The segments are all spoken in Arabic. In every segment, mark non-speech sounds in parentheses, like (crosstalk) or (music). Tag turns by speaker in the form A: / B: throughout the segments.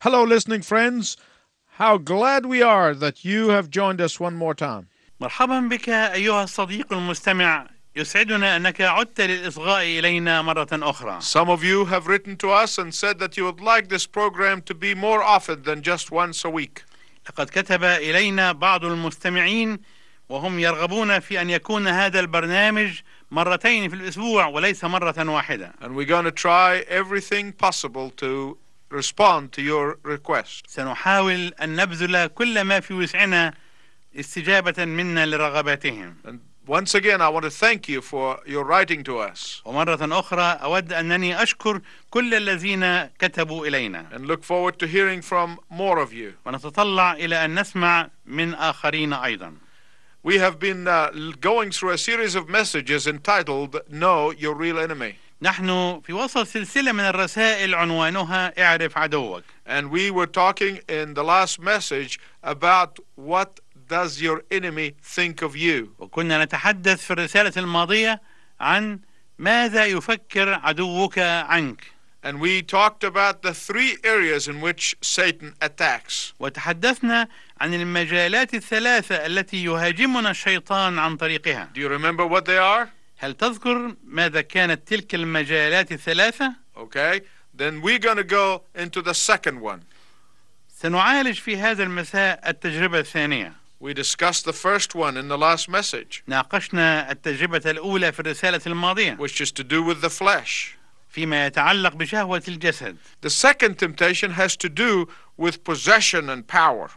A: Hello, listening friends. How glad we are that you have joined us one more time.
B: مرحبا بك أيها الصديق المستمع يسعدنا أنك عدت للإصغاء إلينا مرة أخرى
A: Some of you have written to us and said that you would like this program to be more often than just once a week.
B: لقد كتب إلينا بعض المستمعين وهم يرغبون في أن يكون هذا البرنامج مرتين في الأسبوع وليس مرة واحدة
A: And we're going to try everything possible to respond to your request.
B: سنحاول أن نبذل كل ما في وسعنا استجابة منا لرغباتهم
A: And once again, I want to thank you for your writing to us
B: ومرة أخرى أود أنني أشكر كل الذين كتبوا إلينا
A: and look forward to hearing from more of you.
B: ونتطلع إلى أن نسمع من آخرين أيضا
A: We have been uh, l- going through a series of messages entitled Know Your Real Enemy.
B: نحن في وسط سلسلة من الرسائل عنوانها اعرف عدوك
A: And we were talking in the last message about what does your enemy think of you.
B: وكنا نتحدث في الرسالة الماضية عن ماذا يفكر عدوك عنك
A: And we talked about the three areas in which Satan attacks.
B: وتحدثنا عن المجالات الثلاثة التي يهاجمنا الشيطان عن طريقها
A: Do you remember what they are?
B: هل تذكر ماذا كانت تلك المجالات الثلاثة؟
A: Okay. Then we're going to go into the second one.
B: سنعالج في هذا المساء التجربة الثانية
A: We discussed the first one in the last message,
B: ناقشنا التجربة الأولى في الرسالة الماضية
A: which is to do with the flesh.
B: فيما يتعلق بشهوة الجسد
A: The second temptation has to do with possession and power.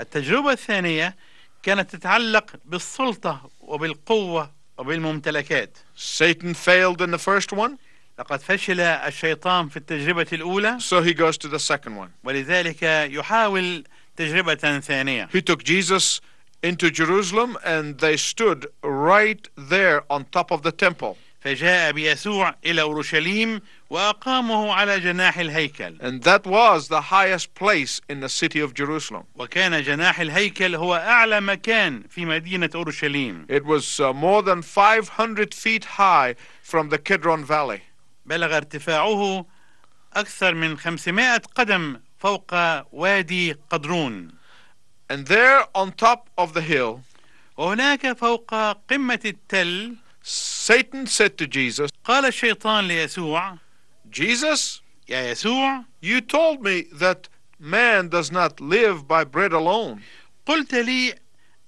B: التجربة الثانية كانت تتعلق بالسلطة وبالقوة وبالممتلكات
A: Satan failed in the first one,
B: لقد فشل الشيطان في التجربة الأولى
A: so he goes to the second one.
B: ولذلك يحاول تجربة ثانية
A: He took Jesus into Jerusalem and they stood right there on top of the temple.
B: فجاء بيسوع إلى أورشليم وأقامه على جناح الهيكل
A: And that was the highest place in the city of Jerusalem.
B: وكان جناح الهيكل هو أعلى مكان في مدينة أورشليم
A: It was uh, more than 500 feet high from the Kidron Valley.
B: بلغ ارتفاعه أكثر من 500 قدم فوق وادي قدرون
A: And there on top of the hill,
B: وهناك فوق قمة التل
A: Satan said to Jesus,
B: قال الشيطان ليسوع
A: Jesus,
B: يا يسوع
A: you told me that man does not live by bread alone,
B: قلت لي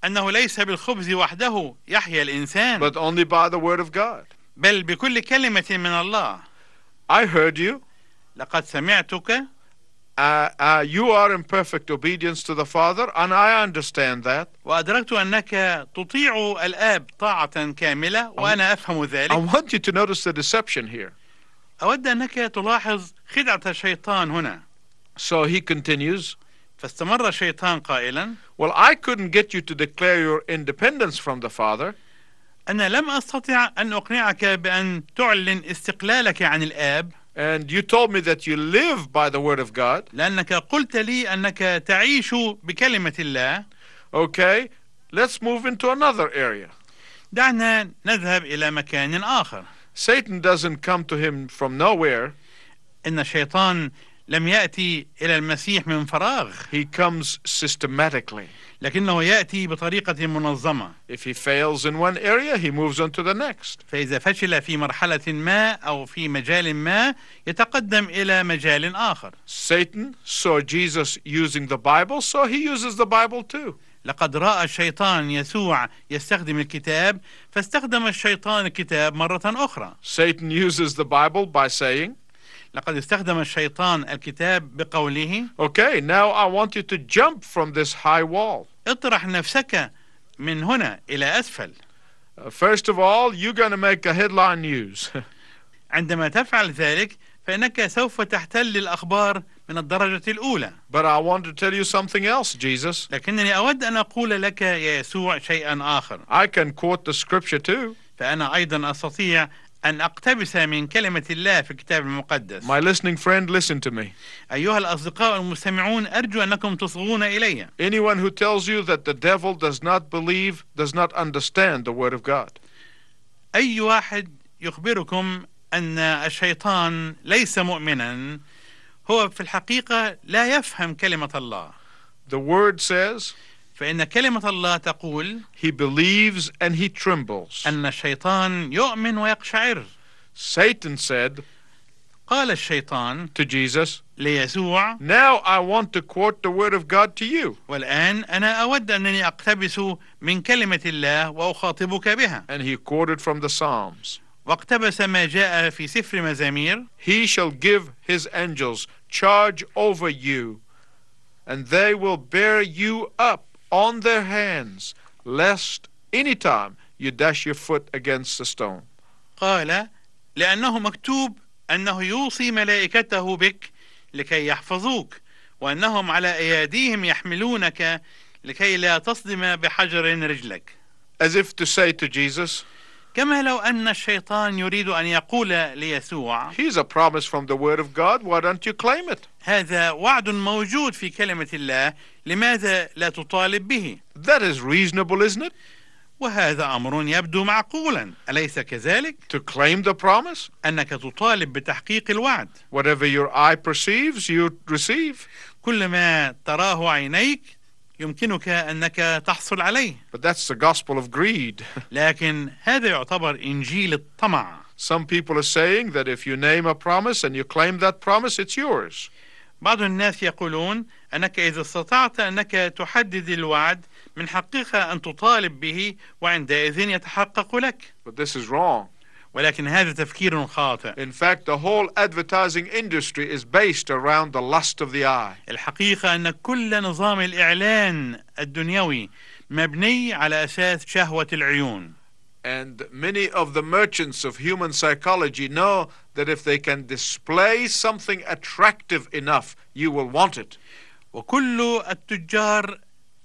B: أنه ليس بالخبز وحده يحيى الإنسان
A: but only by the word of God.
B: بل بكل كلمة من الله
A: I heard you.
B: لقد سمعتك
A: Uh, uh, you are in perfect obedience to the Father, and I understand that.
B: وأدركت أنك تطيع الآب طاعة كاملة وأنا أفهم
A: I
B: ذلك
A: want you to notice the deception here.
B: أود أنك تلاحظ خدعة الشيطان هنا
A: So he continues,
B: فاستمر الشيطان قائلا
A: Well, I couldn't get you to declare your independence from the Father,
B: أنا لم أستطع أن أقنعك بأن تعلن استقلالك عن الآب
A: and you told me that you live by the Word of God.
B: لأنك قلت لي أنك تعيش بكلمة الله
A: Okay, let's move into another area.
B: دعنا نذهب إلى مكان آخر
A: Satan doesn't come to him from nowhere,
B: إن الشيطان لم يأتي إلى المسيح من فراغ
A: he comes systematically.
B: لكنه يأتي بطريقة منظمة
A: If he fails in one area, he moves on to the next.
B: فإذا فشل في مرحلة ما أو في مجال ما يتقدم إلى مجال آخر
A: Satan saw Jesus using the Bible, so he uses the Bible too.
B: لقد رأى الشيطان يسوع يستخدم الكتاب فاستخدم الشيطان الكتاب مرة أخرى
A: Satan uses the Bible by saying,
B: لقد استخدم الشيطان الكتاب بقوله
A: Okay, now I want you to jump from this high wall.
B: اطرح نفسك من هنا إلى أسفل
A: Uh, first of all, you're going to make a headline news. (laughs)
B: عندما تفعل ذلك فإنك سوف تحتل الأخبار من الدرجة الأولى
A: but I want to tell you something else, Jesus.
B: لكنني أود أن أقول لك يا يسوع شيئا آخر
A: I can quote the scripture too.
B: فأنا أيضا أستطيع أن أقتبس من كلمة الله في الكتاب المقدس
A: My listening friend, listen to me.
B: أيها الأصدقاء المستمعون أرجو أنكم تصغون إلي
A: Anyone who tells you that the devil does not believe does not understand the word of God.
B: أي واحد يخبركم أن الشيطان ليس مؤمنا هو في الحقيقة لا يفهم كلمة الله
A: The word says
B: فإن كلمة الله تقول
A: he believes and he trembles.
B: أن الشيطان يؤمن ويقشعر
A: Satan said
B: قال الشيطان
A: to Jesus,
B: ليسوع
A: Now I want to quote the word of God to you.
B: والآن أنا أود أنني أقتبس من كلمة الله وأخاطبك بها
A: And he quoted from the Psalms
B: واقتبس ما جاء في سفر مزامير
A: He shall give his angels charge over you, and they will bear you up on their hands, lest any time you dash your foot against a stone.
B: قال لأنه مكتوب أنه يوصي ملائكته بك لكي يحفظوك وأنهم على أيديهم يحملونك لكي لا تصدم بحجر رجلك
A: As if to say to Jesus,
B: كما لو أن الشيطان يريد أن يقول ليسوع
A: Here's a promise from the word of God, why don't you claim it?
B: هذا وعد موجود في كلمة الله لماذا لا تطالب به
A: That is reasonable, isn't it?
B: وهذا أمر يبدو معقولا أليس كذلك
A: To claim the promise?
B: أنك تطالب بتحقيق الوعد
A: Whatever your eye perceives, you receive.
B: كل ما تراه عينيك يمكنك أنك تحصل عليه
A: But that's the gospel of greed. (laughs)
B: لكن هذا يعتبر إنجيل الطمع
A: Some people are saying that if you name a promise and you claim that promise, it's yours.
B: بعض الناس يقولون أنك إذا استطعت أنك تحدد الوعد من حقك أن تطالب به وعندئذ يتحقق لك
A: But this is wrong.
B: ولكن هذا تفكير خاطئ
A: In fact, the whole advertising industry is based around the lust of the eye.
B: الحقيقة أن كل نظام الإعلان الدنيوي مبني على أساس شهوة العيون
A: And many of the merchants of human psychology know that if they can display something attractive enough, you will want it.
B: وكل التجار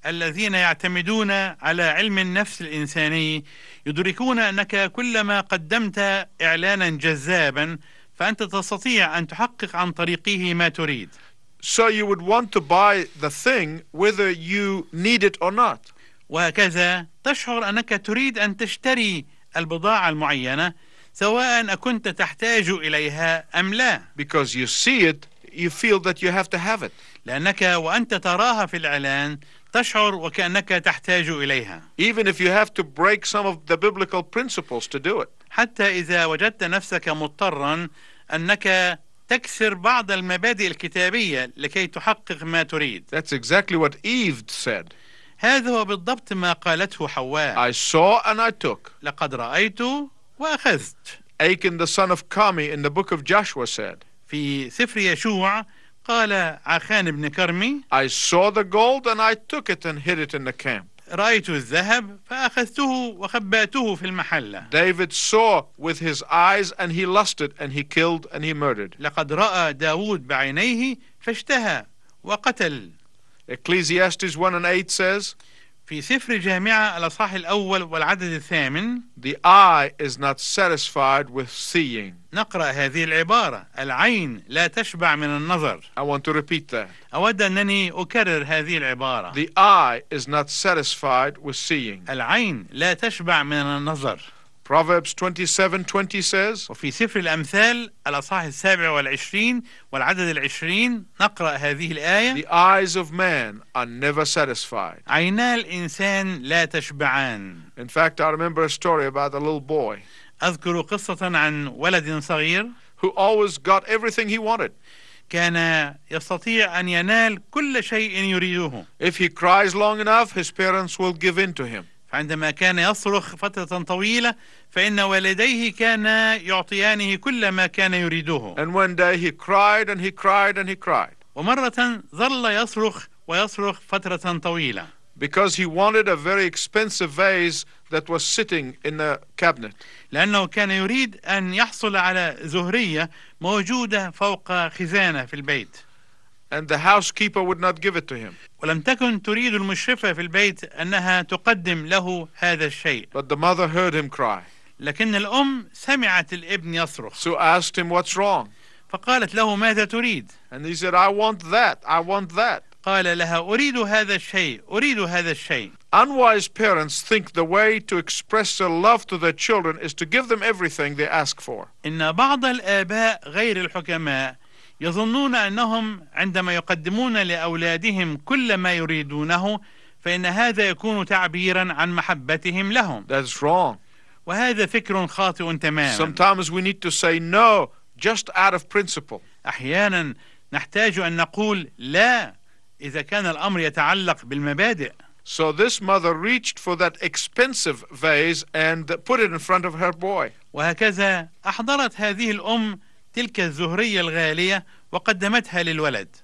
B: الذين يعتمدون على علم النفس الانساني يدركون انك كلما قدمت اعلانا جذابا فانت تستطيع ان تحقق عن طريقه ما تريد
A: So you would want to buy the thing whether you need it or not.
B: وهكذا تشعر انك تريد ان تشتري البضاعه المعينه سواء اكنت تحتاج اليها ام لا
A: Because you see it, you feel that you have to have it.
B: لانك وانت تراها في الاعلان تشعر وكانك تحتاج اليها
A: Even if you have to break some of the biblical principles to do it.
B: حتى إذا وجدت نفسك مضطرا أنك تكسر بعض المبادئ الكتابية لكي تحقق ما تريد
A: That's exactly what Eve said.
B: هذا هو بالضبط ما قالته
A: I
B: حواء
A: saw and I took.
B: لقد رأيت وأخذت
A: Achan the son of Kami in the book of Joshua said,
B: في سفر يشوع قال عخان بن كرمي
A: I saw the gold and I took it and hid it in the camp.
B: رأيت الذهب فأخذته وخبأته في المحلة
A: David saw with his eyes and he lusted and he killed and he murdered.
B: لقد رأى داود بعينيه فاشتهى وقتل
A: Ecclesiastes 1 and 8 says,
B: في سفر جامعة الأصحاح الأول والعدد الثامن
A: The eye is not satisfied with seeing.
B: نقرأ هذه العبارة العين لا تشبع من النظر
A: I want to repeat that.
B: أود أنني أكرر هذه العبارة
A: The eye is not satisfied with seeing.
B: العين لا تشبع من النظر
A: Proverbs 27 20 says,
B: وفي سفر الأمثال الأصحاح السابع والعشرين والعدد العشرين نقرأ هذه الآية
A: The eyes of man are never satisfied.
B: عينا الإنسان لا تشبعان
A: In fact, I remember a story about a little boy
B: أذكر قصة عن ولد صغير
A: who always got everything he wanted.
B: كان يستطيع أن ينال كل شيء يريده
A: If he cries long enough, his parents will give in to him.
B: فعندما كان يصرخ فترة طويلة فإن والديه كانا يعطيانه كل ما كان يريده
A: And one day he cried and he cried and he cried
B: ومرة ظل يصرخ ويصرخ فترة طويلة
A: because he wanted a very expensive vase that was sitting in the cabinet.
B: لأنه كان يريد أن يحصل على زهرية موجودة فوق خزانة في البيت
A: And the housekeeper would not give it to him.
B: ولم تكن تريد المشرفة في البيت أنها تقدم له هذا الشيء
A: But the mother heard him cry.
B: لكن الأم سمعت الابن يصرخ
A: So asked him, What's wrong?
B: فقالت له ماذا تريد
A: And he said, I want that. I want that.
B: قال لها أريد هذا الشيء أريد هذا الشيء
A: Unwise parents think the way to express their love to their children is to give them everything they ask for.
B: إن بعض الآباء غير الحكماء يظنون انهم عندما يقدمون لاولادهم كل ما يريدونه فان هذا يكون تعبيرا عن محبتهم لهم
A: That's wrong.
B: وهذا فكر خاطئ تماما
A: Sometimes we need to say no just out of principle.
B: احيانا نحتاج ان نقول لا اذا كان الامر يتعلق بالمبادئ
A: So this mother reached for that expensive vase and put it in front of her boy.
B: وهكذا احضرت هذه الام تلك الزهريه الغاليه وقدمتها للولد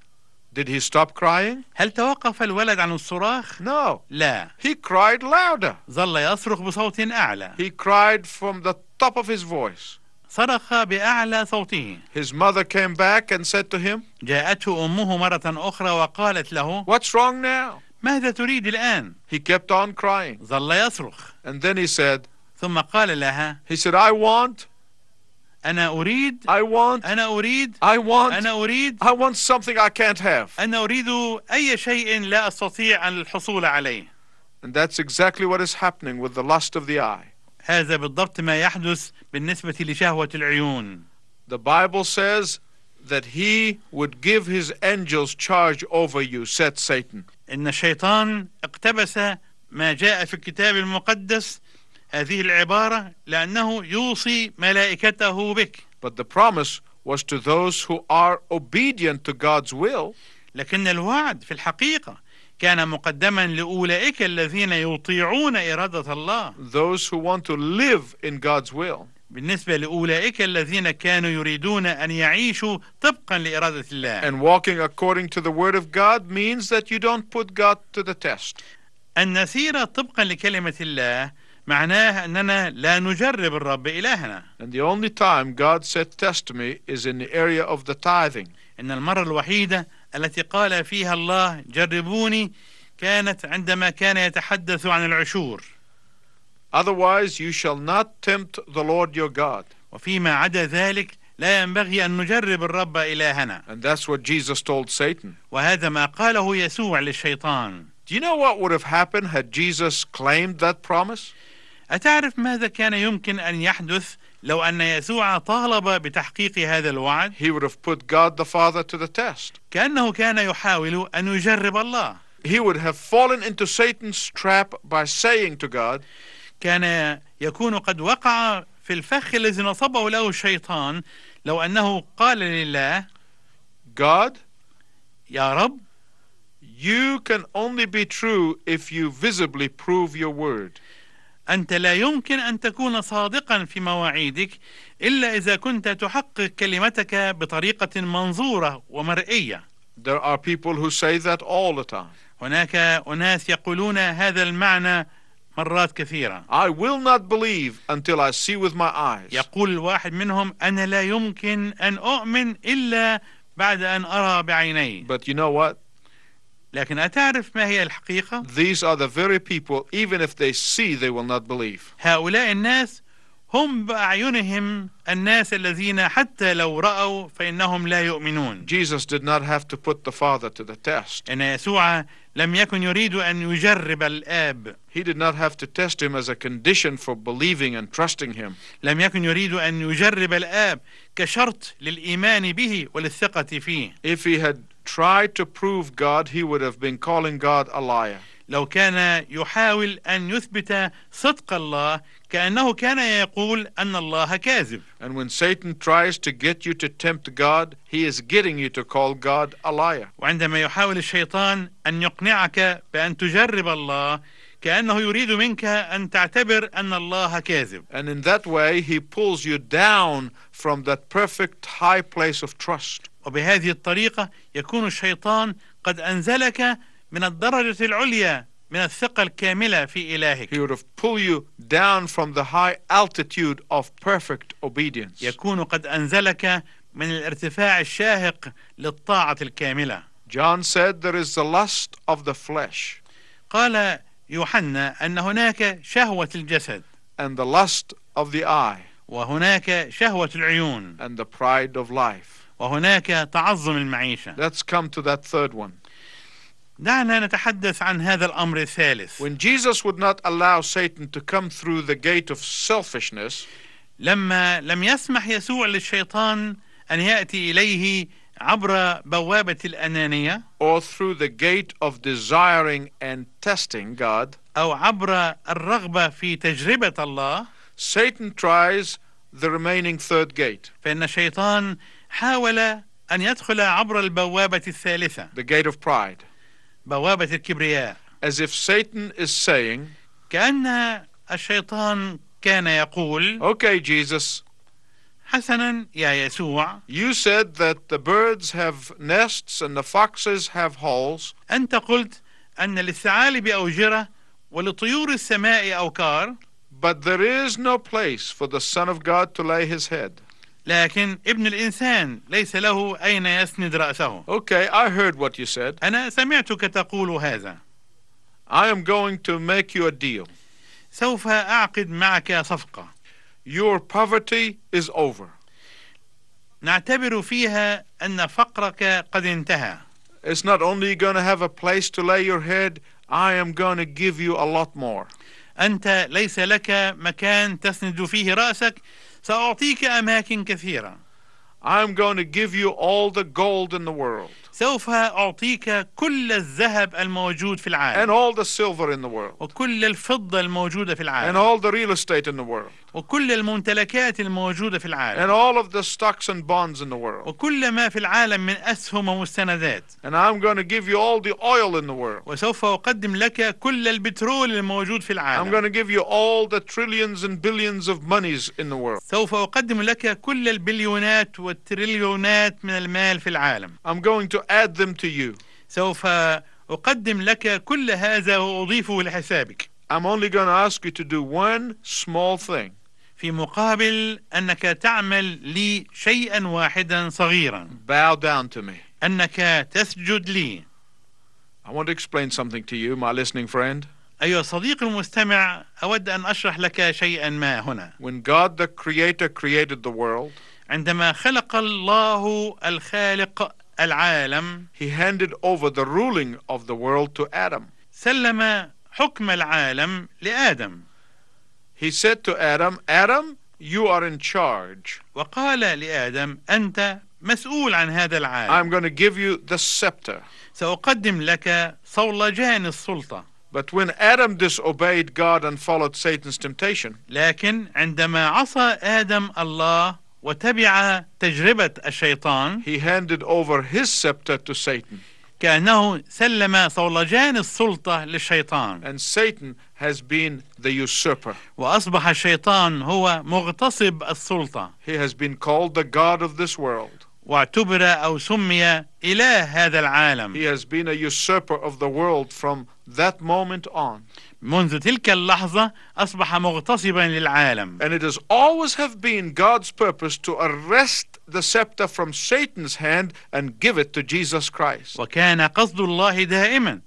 A: Did he stop crying?
B: هل توقف الولد عن الصراخ
A: No.
B: لا
A: He cried louder.
B: ظل يصرخ بصوت اعلى
A: He cried from the top of his voice.
B: صرخ باعلى صوته
A: His mother came back and said to him,
B: جاءته امه مره اخرى وقالت له
A: What's wrong now?
B: ماذا تريد الان
A: He kept on crying.
B: ظل يصرخ
A: And then he said,
B: ثم قال لها
A: He said, I want,
B: انا اريد
A: I want,
B: انا اريد
A: I want,
B: انا اريد
A: I want something I can't have.
B: انا اريد اي شيء لا استطيع الحصول عليه
A: And that's exactly what is happening with the lust of the eye.
B: هذا بالضبط ما يحدث بالنسبه لشهوه العيون
A: The Bible says that he would give his angels charge over you, said Satan.
B: ان الشيطان اقتبس ما جاء في الكتاب المقدس هذه العباره لانه يوصي ملائكته بك
A: But the promise was to those who are obedient to God's will,
B: لكن الوعد في الحقيقه كان مقدما لاولئك الذين يطيعون اراده الله
A: those who want to live in God's will.
B: بالنسبه لاولئك الذين كانوا يريدون ان يعيشوا طبقا لاراده الله
A: And walking according to the Word of God means that you don't put God to the test.
B: ان نسير طبقا لكلمه الله معناه اننا لا نجرب الرب الهنا
A: And the only time God said test me is in the area of the tithing.
B: إن المرة الوحيدة التي قال فيها الله جربوني كانت عندما كان يتحدث عن العشور
A: Otherwise, you shall not tempt the Lord your God.
B: وفيما عدا ذلك لا ينبغي أن نجرب الرب إلهنا
A: And that's what Jesus told Satan.
B: وهذا ما قاله يسوع للشيطان
A: Do you know what would have happened had Jesus claimed that promise?
B: أتعرف ماذا كان يمكن أن يحدث لو أن يسوع طالب بتحقيق هذا الوعد
A: He would have put God the Father to the test.
B: كأنه كان يحاول أن يجرب الله
A: He would have fallen into Satan's trap by saying to God,
B: كان يكون قد وقع في الفخ الذي نصبه له الشيطان لو أنه قال لله
A: God,
B: يا رب
A: you can only be true if you visibly prove your word.
B: أنت لا يمكن أن تكون صادقا في مواعيدك إلا إذا كنت تحقق كلمتك بطريقة منظورة ومرئية.
A: There are people who say that all the time.
B: هناك أناس يقولون هذا المعنى مرات كثيرة.
A: I will not believe until I see with my eyes.
B: يقول الواحد منهم أنا لا يمكن أن أؤمن إلا بعد أن أرى بعيني.
A: But you know what?
B: لكن أتعرف ما هي الحقيقة؟
A: These are the very people, even if they see, they will not believe.
B: هؤلاء الناس هم بأعينهم الناس الذين حتى لو رأوا فإنهم لا يؤمنون.
A: Jesus did not have to put the Father to the test.
B: ان يسوع لم يكن يريد ان يجرب الاب
A: He did not have to test him as a condition for believing and trusting him.
B: لم يكن يريد ان يجرب الاب كشرط للايمان به وللثقه فيه
A: If he had tried to prove God, he would have been calling God a liar.
B: لو كان يحاول ان يثبت صدق الله كانه كان يقول ان الله كاذب
A: And when Satan tries to get you to tempt God, he is getting you to call God a liar.
B: وعندما يحاول الشيطان ان يقنعك بان تجرب الله كانه يريد منك ان تعتبر ان الله كاذب
A: And in that way, he pulls you down from that perfect high place of trust.
B: وبهذه الطريقة يكون الشيطان قد أنزلك من الدرجة العليا من الثقة الكاملة في إلهك
A: He would have pulled you down from the high altitude of perfect obedience.
B: يكون قد أنزلك من الارتفاع الشاهق للطاعة الكاملة
A: John said, There is the lust of the flesh
B: قال يوحنا أن هناك شهوة الجسد
A: and the lust of the eye
B: وهناك شهوة العيون
A: and the pride of life.
B: وهناك تعظم المعيشة
A: Let's come to that third one.
B: دعنا نتحدث عن هذا الأمر الثالث
A: When Jesus would not allow Satan to come through the gate of selfishness,
B: لما لم يسمح يسوع للشيطان أن يأتي إليه عبر بوابة الأنانية
A: or through the gate of desiring and testing God,
B: أو عبر الرغبة في تجربة الله
A: Satan tries the remaining third gate,
B: فإن الشيطان حاول أن يدخل عبر البوابة الثالثة
A: the gate of pride.
B: بوابة الكبرياء
A: As if Satan is saying,
B: كأن الشيطان كان يقول
A: Okay, Jesus,
B: حسنا يا يسوع
A: you said that the birds have nests and the foxes have holes,
B: أنت قلت أن للثعالب أوجرة ولطيور السماء أوكار
A: but there is no place for the Son of God to lay his head.
B: لكن ابن الإنسان ليس له أين يسند رأسه
A: Okay, I heard what you said.
B: أنا سمعتك تقول هذا
A: I am going to make you a deal.
B: سوف أعقد معك صفقة
A: Your poverty is over.
B: نعتبر فيها أن فقرك قد انتهى
A: It's not only going to have a place to lay your head, I am going to give you a lot more.
B: أنت ليس لك مكان تسند فيه رأسك سأعطيك أماكن كثيرة
A: I'm going to give you all the gold in the world
B: سوف أعطيك كل الذهب الموجود في
A: and
B: العالم
A: all the silver in the world
B: وكل الفضة الموجودة في
A: and
B: العالم
A: all the real estate in the world
B: وكل الممتلكات الموجودة في العالم
A: and all of the stocks and bonds in the world.
B: وكل ما في العالم من أسهم ومستندات
A: And I'm going to give you all the oil in the world.
B: وسوف أقدم لك كل البترول الموجود في
A: I'm
B: العالم
A: going to give you all the trillions and billions of monies in the world.
B: سوف أقدم لك كل البليونات والتريليونات من المال في العالم
A: I'm going to add them to you.
B: سوف أقدم لك كل هذا وأضيفه لحسابك
A: I'm only going to ask you to do one small thing.
B: في مقابل أنك تعمل لي شيئا واحدا صغيرا
A: Bow down to me.
B: أنك تسجد لي
A: I want to explain something to you, my listening friend.
B: أيها الصديق المستمع أود أن أشرح لك شيئا ما هنا
A: When God the Creator created the world,
B: عندما خلق الله الخالق العالم
A: He handed over the ruling of the world to Adam.
B: سلم حكم العالم لآدم
A: He said to Adam, Adam, you are in charge.
B: وقال لآدم أنت مسؤول عن هذا العالم
A: I'm going to give you the scepter.
B: سأقدم لك صولجان السلطة
A: But when Adam disobeyed God and followed Satan's temptation,
B: لكن عندما عصى آدم الله وتبع تجربة الشيطان
A: he handed over his scepter to Satan.
B: كأنه سلم صولجان السلطة للشيطان
A: And Satan has been the usurper.
B: وأصبح الشيطان هو مغتصب السلطة
A: He has been called the God of this world.
B: واعتبر أو سمي إله هذا العالم
A: He has been a usurper of the world from that moment on.
B: منذ تلك اللحظة أصبح مغتصبا للعالم
A: And it has always have been God's purpose to arrest the scepter from Satan's hand and give it to Jesus Christ.
B: وكان قصد الله دائما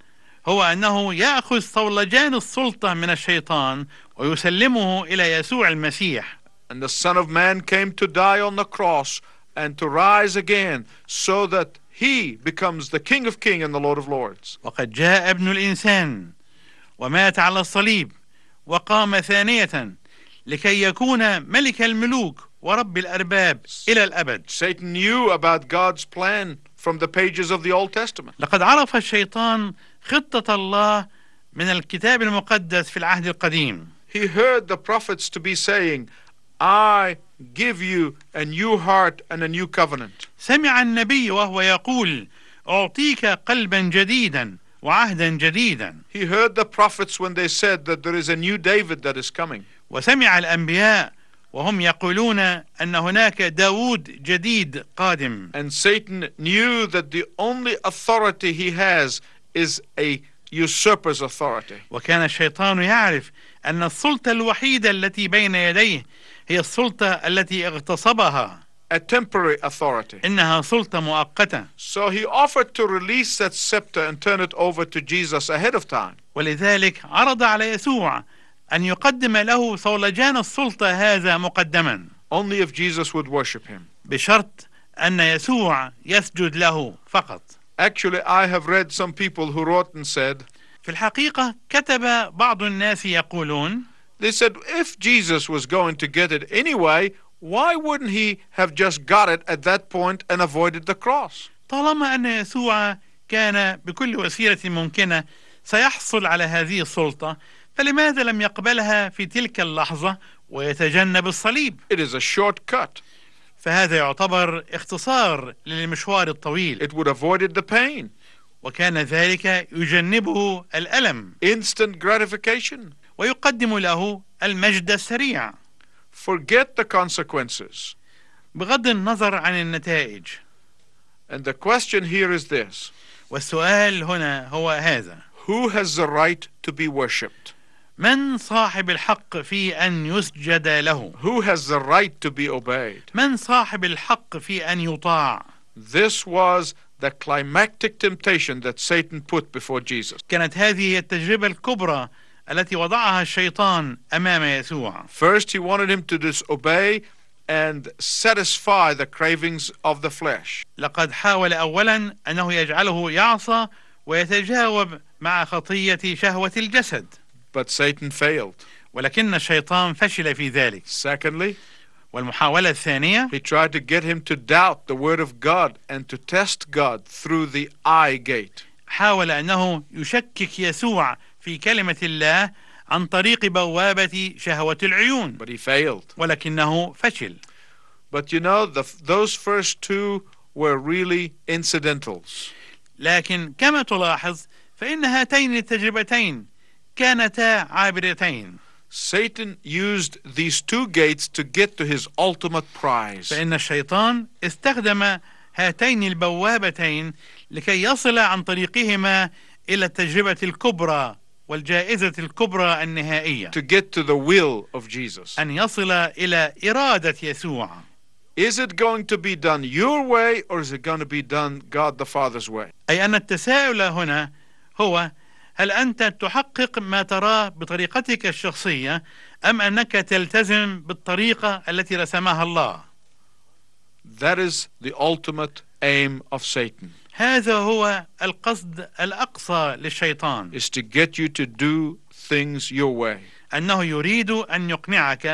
B: هو أنه يأخذ صولجان السلطة من الشيطان ويسلمه إلى يسوع المسيح
A: And the Son of Man came to die on the cross and to rise again so that he becomes the King of Kings and the Lord of Lords.
B: وقد جاء ابن الإنسان ومات على الصليب وقام ثانية لكي يكون ملك الملوك ورب الأرباب إلى الأبد
A: Satan knew about God's plan from the pages of the Old Testament.
B: لقد عرف الشيطان خطة الله من الكتاب المقدس في العهد القديم
A: He heard the prophets to be saying, I give you a new heart and a new covenant.
B: سمع النبي وهو يقول أعطيك قلبا جديدا وعهدا جديدا
A: He heard the prophets when they said that there is a new David that is coming.
B: وسمع الأنبياء وهم يقولون أن هناك داود جديد قادم
A: And Satan knew that the only authority he has is a usurper's authority.
B: وكان الشيطان يعرف أن السلطة الوحيدة التي بين يديه هي السلطة التي اغتصبها
A: a temporary authority.
B: إنها سلطة مؤقتة
A: So he offered to release that scepter and turn it over to Jesus ahead of time.
B: ولذلك عرض على يسوع أن يقدم له صولجان السلطة هذا مقدما
A: Only if Jesus would worship him.
B: بشرط أن يسوع يسجد له فقط
A: Actually, I have read some people who wrote and said,
B: في الحقيقة كتب بعض الناس يقولون
A: they said, if Jesus was going to get it anyway, why wouldn't he have just got it at that point and avoided the cross?
B: طالما ان يسوع كان بكل وسيله ممكنه سيحصل على هذه السلطه فلماذا لم يقبلها في تلك اللحظه ويتجنب الصليب
A: It is a shortcut.
B: فهذا يعتبر اختصار للمشوار الطويل
A: It would avoided the pain,
B: وكان ذلك يجنبه الالم
A: instant gratification.
B: ويقدم له المجد السريع
A: Forget the consequences.
B: بغض النظر عن النتائج
A: And the question here is this
B: والسؤال هنا هو هذا
A: Who has the right to be worshipped?
B: من صاحب الحق في ان يسجد له
A: Who has the right to be obeyed?
B: من صاحب الحق في ان يطاع
A: This was the climactic temptation that Satan put before Jesus.
B: كانت هذه هي التجربه الكبرى التي وضعها الشيطان امام يسوع
A: First, he wanted him to disobey and satisfy the cravings of the flesh.
B: لقد حاول اولا انه يجعله يعصى ويتجاوب مع خطيه شهوه الجسد
A: But Satan failed.
B: ولكن الشيطان فشل في ذلك
A: Secondly,
B: والمحاوله الثانيه
A: he tried to get him to doubt the Word of God and to test God through the eye gate.
B: حاول انه يشكك يسوع في كلمه الله عن طريق بوابه شهوه العيون
A: But he failed.
B: ولكنه فشل
A: But you know, the, those first two were really incidentals.
B: لكن كما تلاحظ فإن هاتين التجربتين كانتا عابرتين
A: Satan used these two gates to get to his ultimate prize.
B: فإن الشيطان استخدم هاتين البوابتين لكي يصل عن طريقهما إلى التجربة الكبرى والجائزة الكبرى النهائية
A: to get to the will of Jesus.
B: أن يصل إلى إرادة يسوع
A: Is it going to be done your way or is it going to be done God the Father's way?
B: أي أن التساؤل هنا هو هل أنت تحقق ما تراه بطريقتك الشخصية أم أنك تلتزم بالطريقة التي رسمها الله
A: That is the ultimate aim of Satan,
B: هذا هو القصد الأقصى للشيطان
A: is to get you to do things your way.
B: أنه يريد أن يقنعك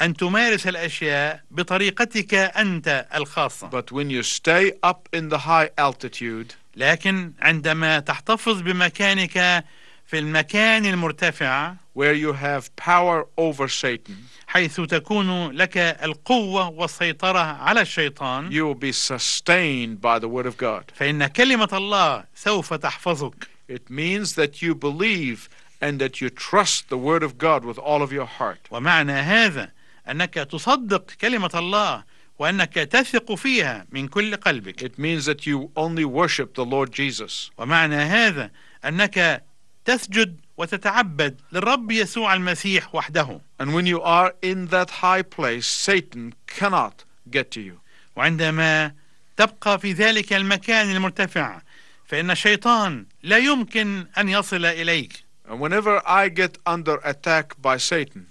B: أن تمارس الأشياء بطريقتك أنت الخاصة
A: But when you stay up in the high altitude,
B: لكن عندما تحتفظ بمكانك في المكان المرتفع
A: where you have power over Satan,
B: حيث تكون لك القوة والسيطرة على الشيطان
A: you will be sustained by the Word of God.
B: فإن كلمة الله سوف تحفظك
A: It means that you believe and that you trust the Word of God with all of your heart.
B: ومعنى هذا أنك تصدق كلمة الله وأنك تثق فيها من كل قلبك
A: It means that you only worship the Lord Jesus.
B: ومعنى هذا انك تسجد وتتعبد للرب يسوع المسيح وحده
A: And when you are in that high place, Satan cannot get to you.
B: وعندما تبقى في ذلك المكان المرتفع فان الشيطان لا يمكن ان يصل اليك
A: And whenever I get under attack by Satan,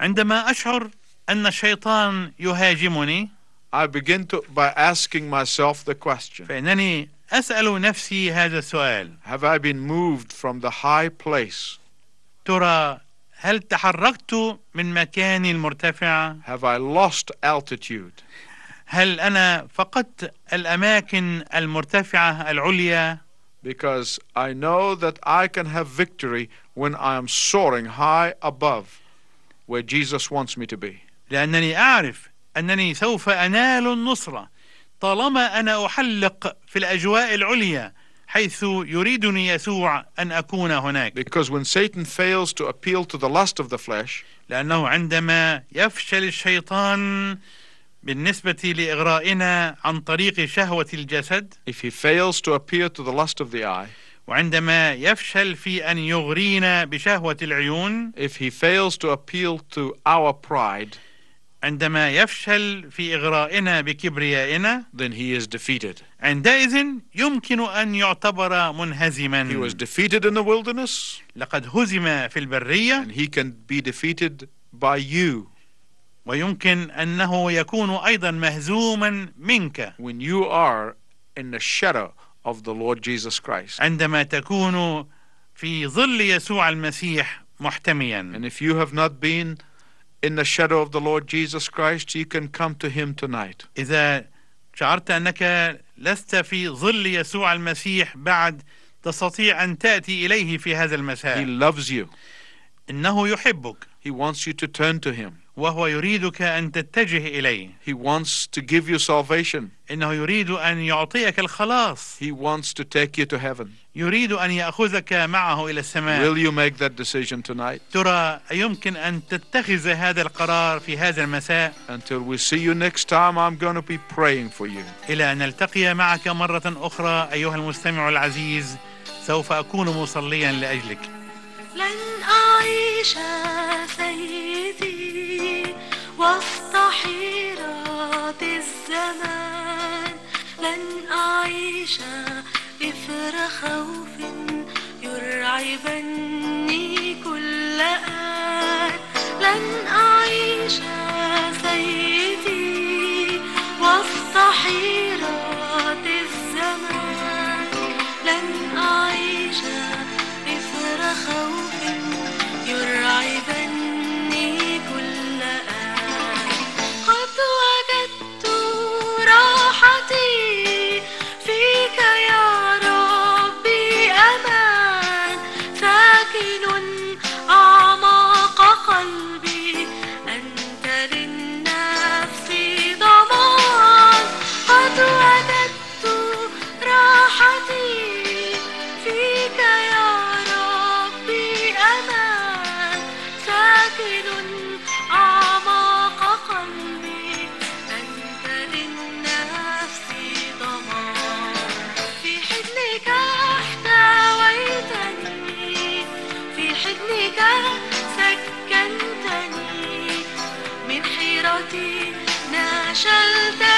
B: عندما اشعر ان الشيطان يهاجمني
A: I begin to by asking myself the question,
B: فانني اسال نفسي هذا السؤال
A: have I been moved from the high place?
B: ترى هل تحركت من مكاني المرتفع
A: Have I lost altitude?
B: هل انا فقدت الاماكن المرتفعه العليا
A: Because I know that I can have victory when I am soaring high above where Jesus wants me to be.
B: لأنني أعرف أنني سوف أنال النصرة طالما أنا أحلق في الأجواء العليا حيث يريدني يسوع أن أكون هناك
A: Because when Satan fails to appeal to the lust of the flesh,
B: لأنه عندما يفشل الشيطان بالنسبة لإغرائنا عن طريق شهوة الجسد
A: if he fails to appeal to the lust of the eye,
B: وعندما يفشل في أن يغرينا بشهوة العيون
A: if he fails to appeal to our pride,
B: عندما يفشل في إغرائنا بكبريائنا
A: then he is defeated.
B: عندئذ يمكن أن يعتبر منهزما
A: He was defeated in the wilderness,
B: لقد هزم في البرية
A: and he can be defeated by you
B: ويمكن أنه يكون أيضا مهزوما منك
A: when you are in the shadow of the Lord Jesus Christ.
B: عندما تكون في ظل يسوع المسيح محتميا
A: And if you have not been in the shadow of the Lord Jesus Christ, you can come to him tonight.
B: إذا شعرت انك لست في ظل يسوع المسيح بعد تستطيع ان تاتي اليه في هذا
A: He
B: المساء
A: loves you.
B: انه يحبك
A: He wants you to turn to Him.
B: وهو يريدك ان تتجه اليه
A: He wants to give you salvation.
B: انه يريد ان يعطيك الخلاص
A: He wants to take you to heaven.
B: يريد ان ياخذك معه الى السماء
A: Will you make that decision tonight?
B: ترى يمكن ان تتخذ هذا القرار في هذا المساء
A: Until we see you next time, I'm going to be praying for you.
B: الى ان نلتقي معك مره اخرى ايها المستمع العزيز سوف اكون مصليا لاجلك
C: لن أعيش سيدي وسط حيرات الزمان لن أعيش إثر خوف يرعبني كل آن لن أعيش سيدي وسط حيرات الزمان لن أعيش إثر خوف يرعبني كل آن قد وجدت راحتي فيك يا ربي أمان ساكن أعماق قلبي أنت للنفس ضمان قد وجدت راحتي فيك يا ربي أمان ساكن أعماق قلبي أنت للنفس ضمان في حضنك احتويتني في حضنك سكنتني من حيرتي نشلتني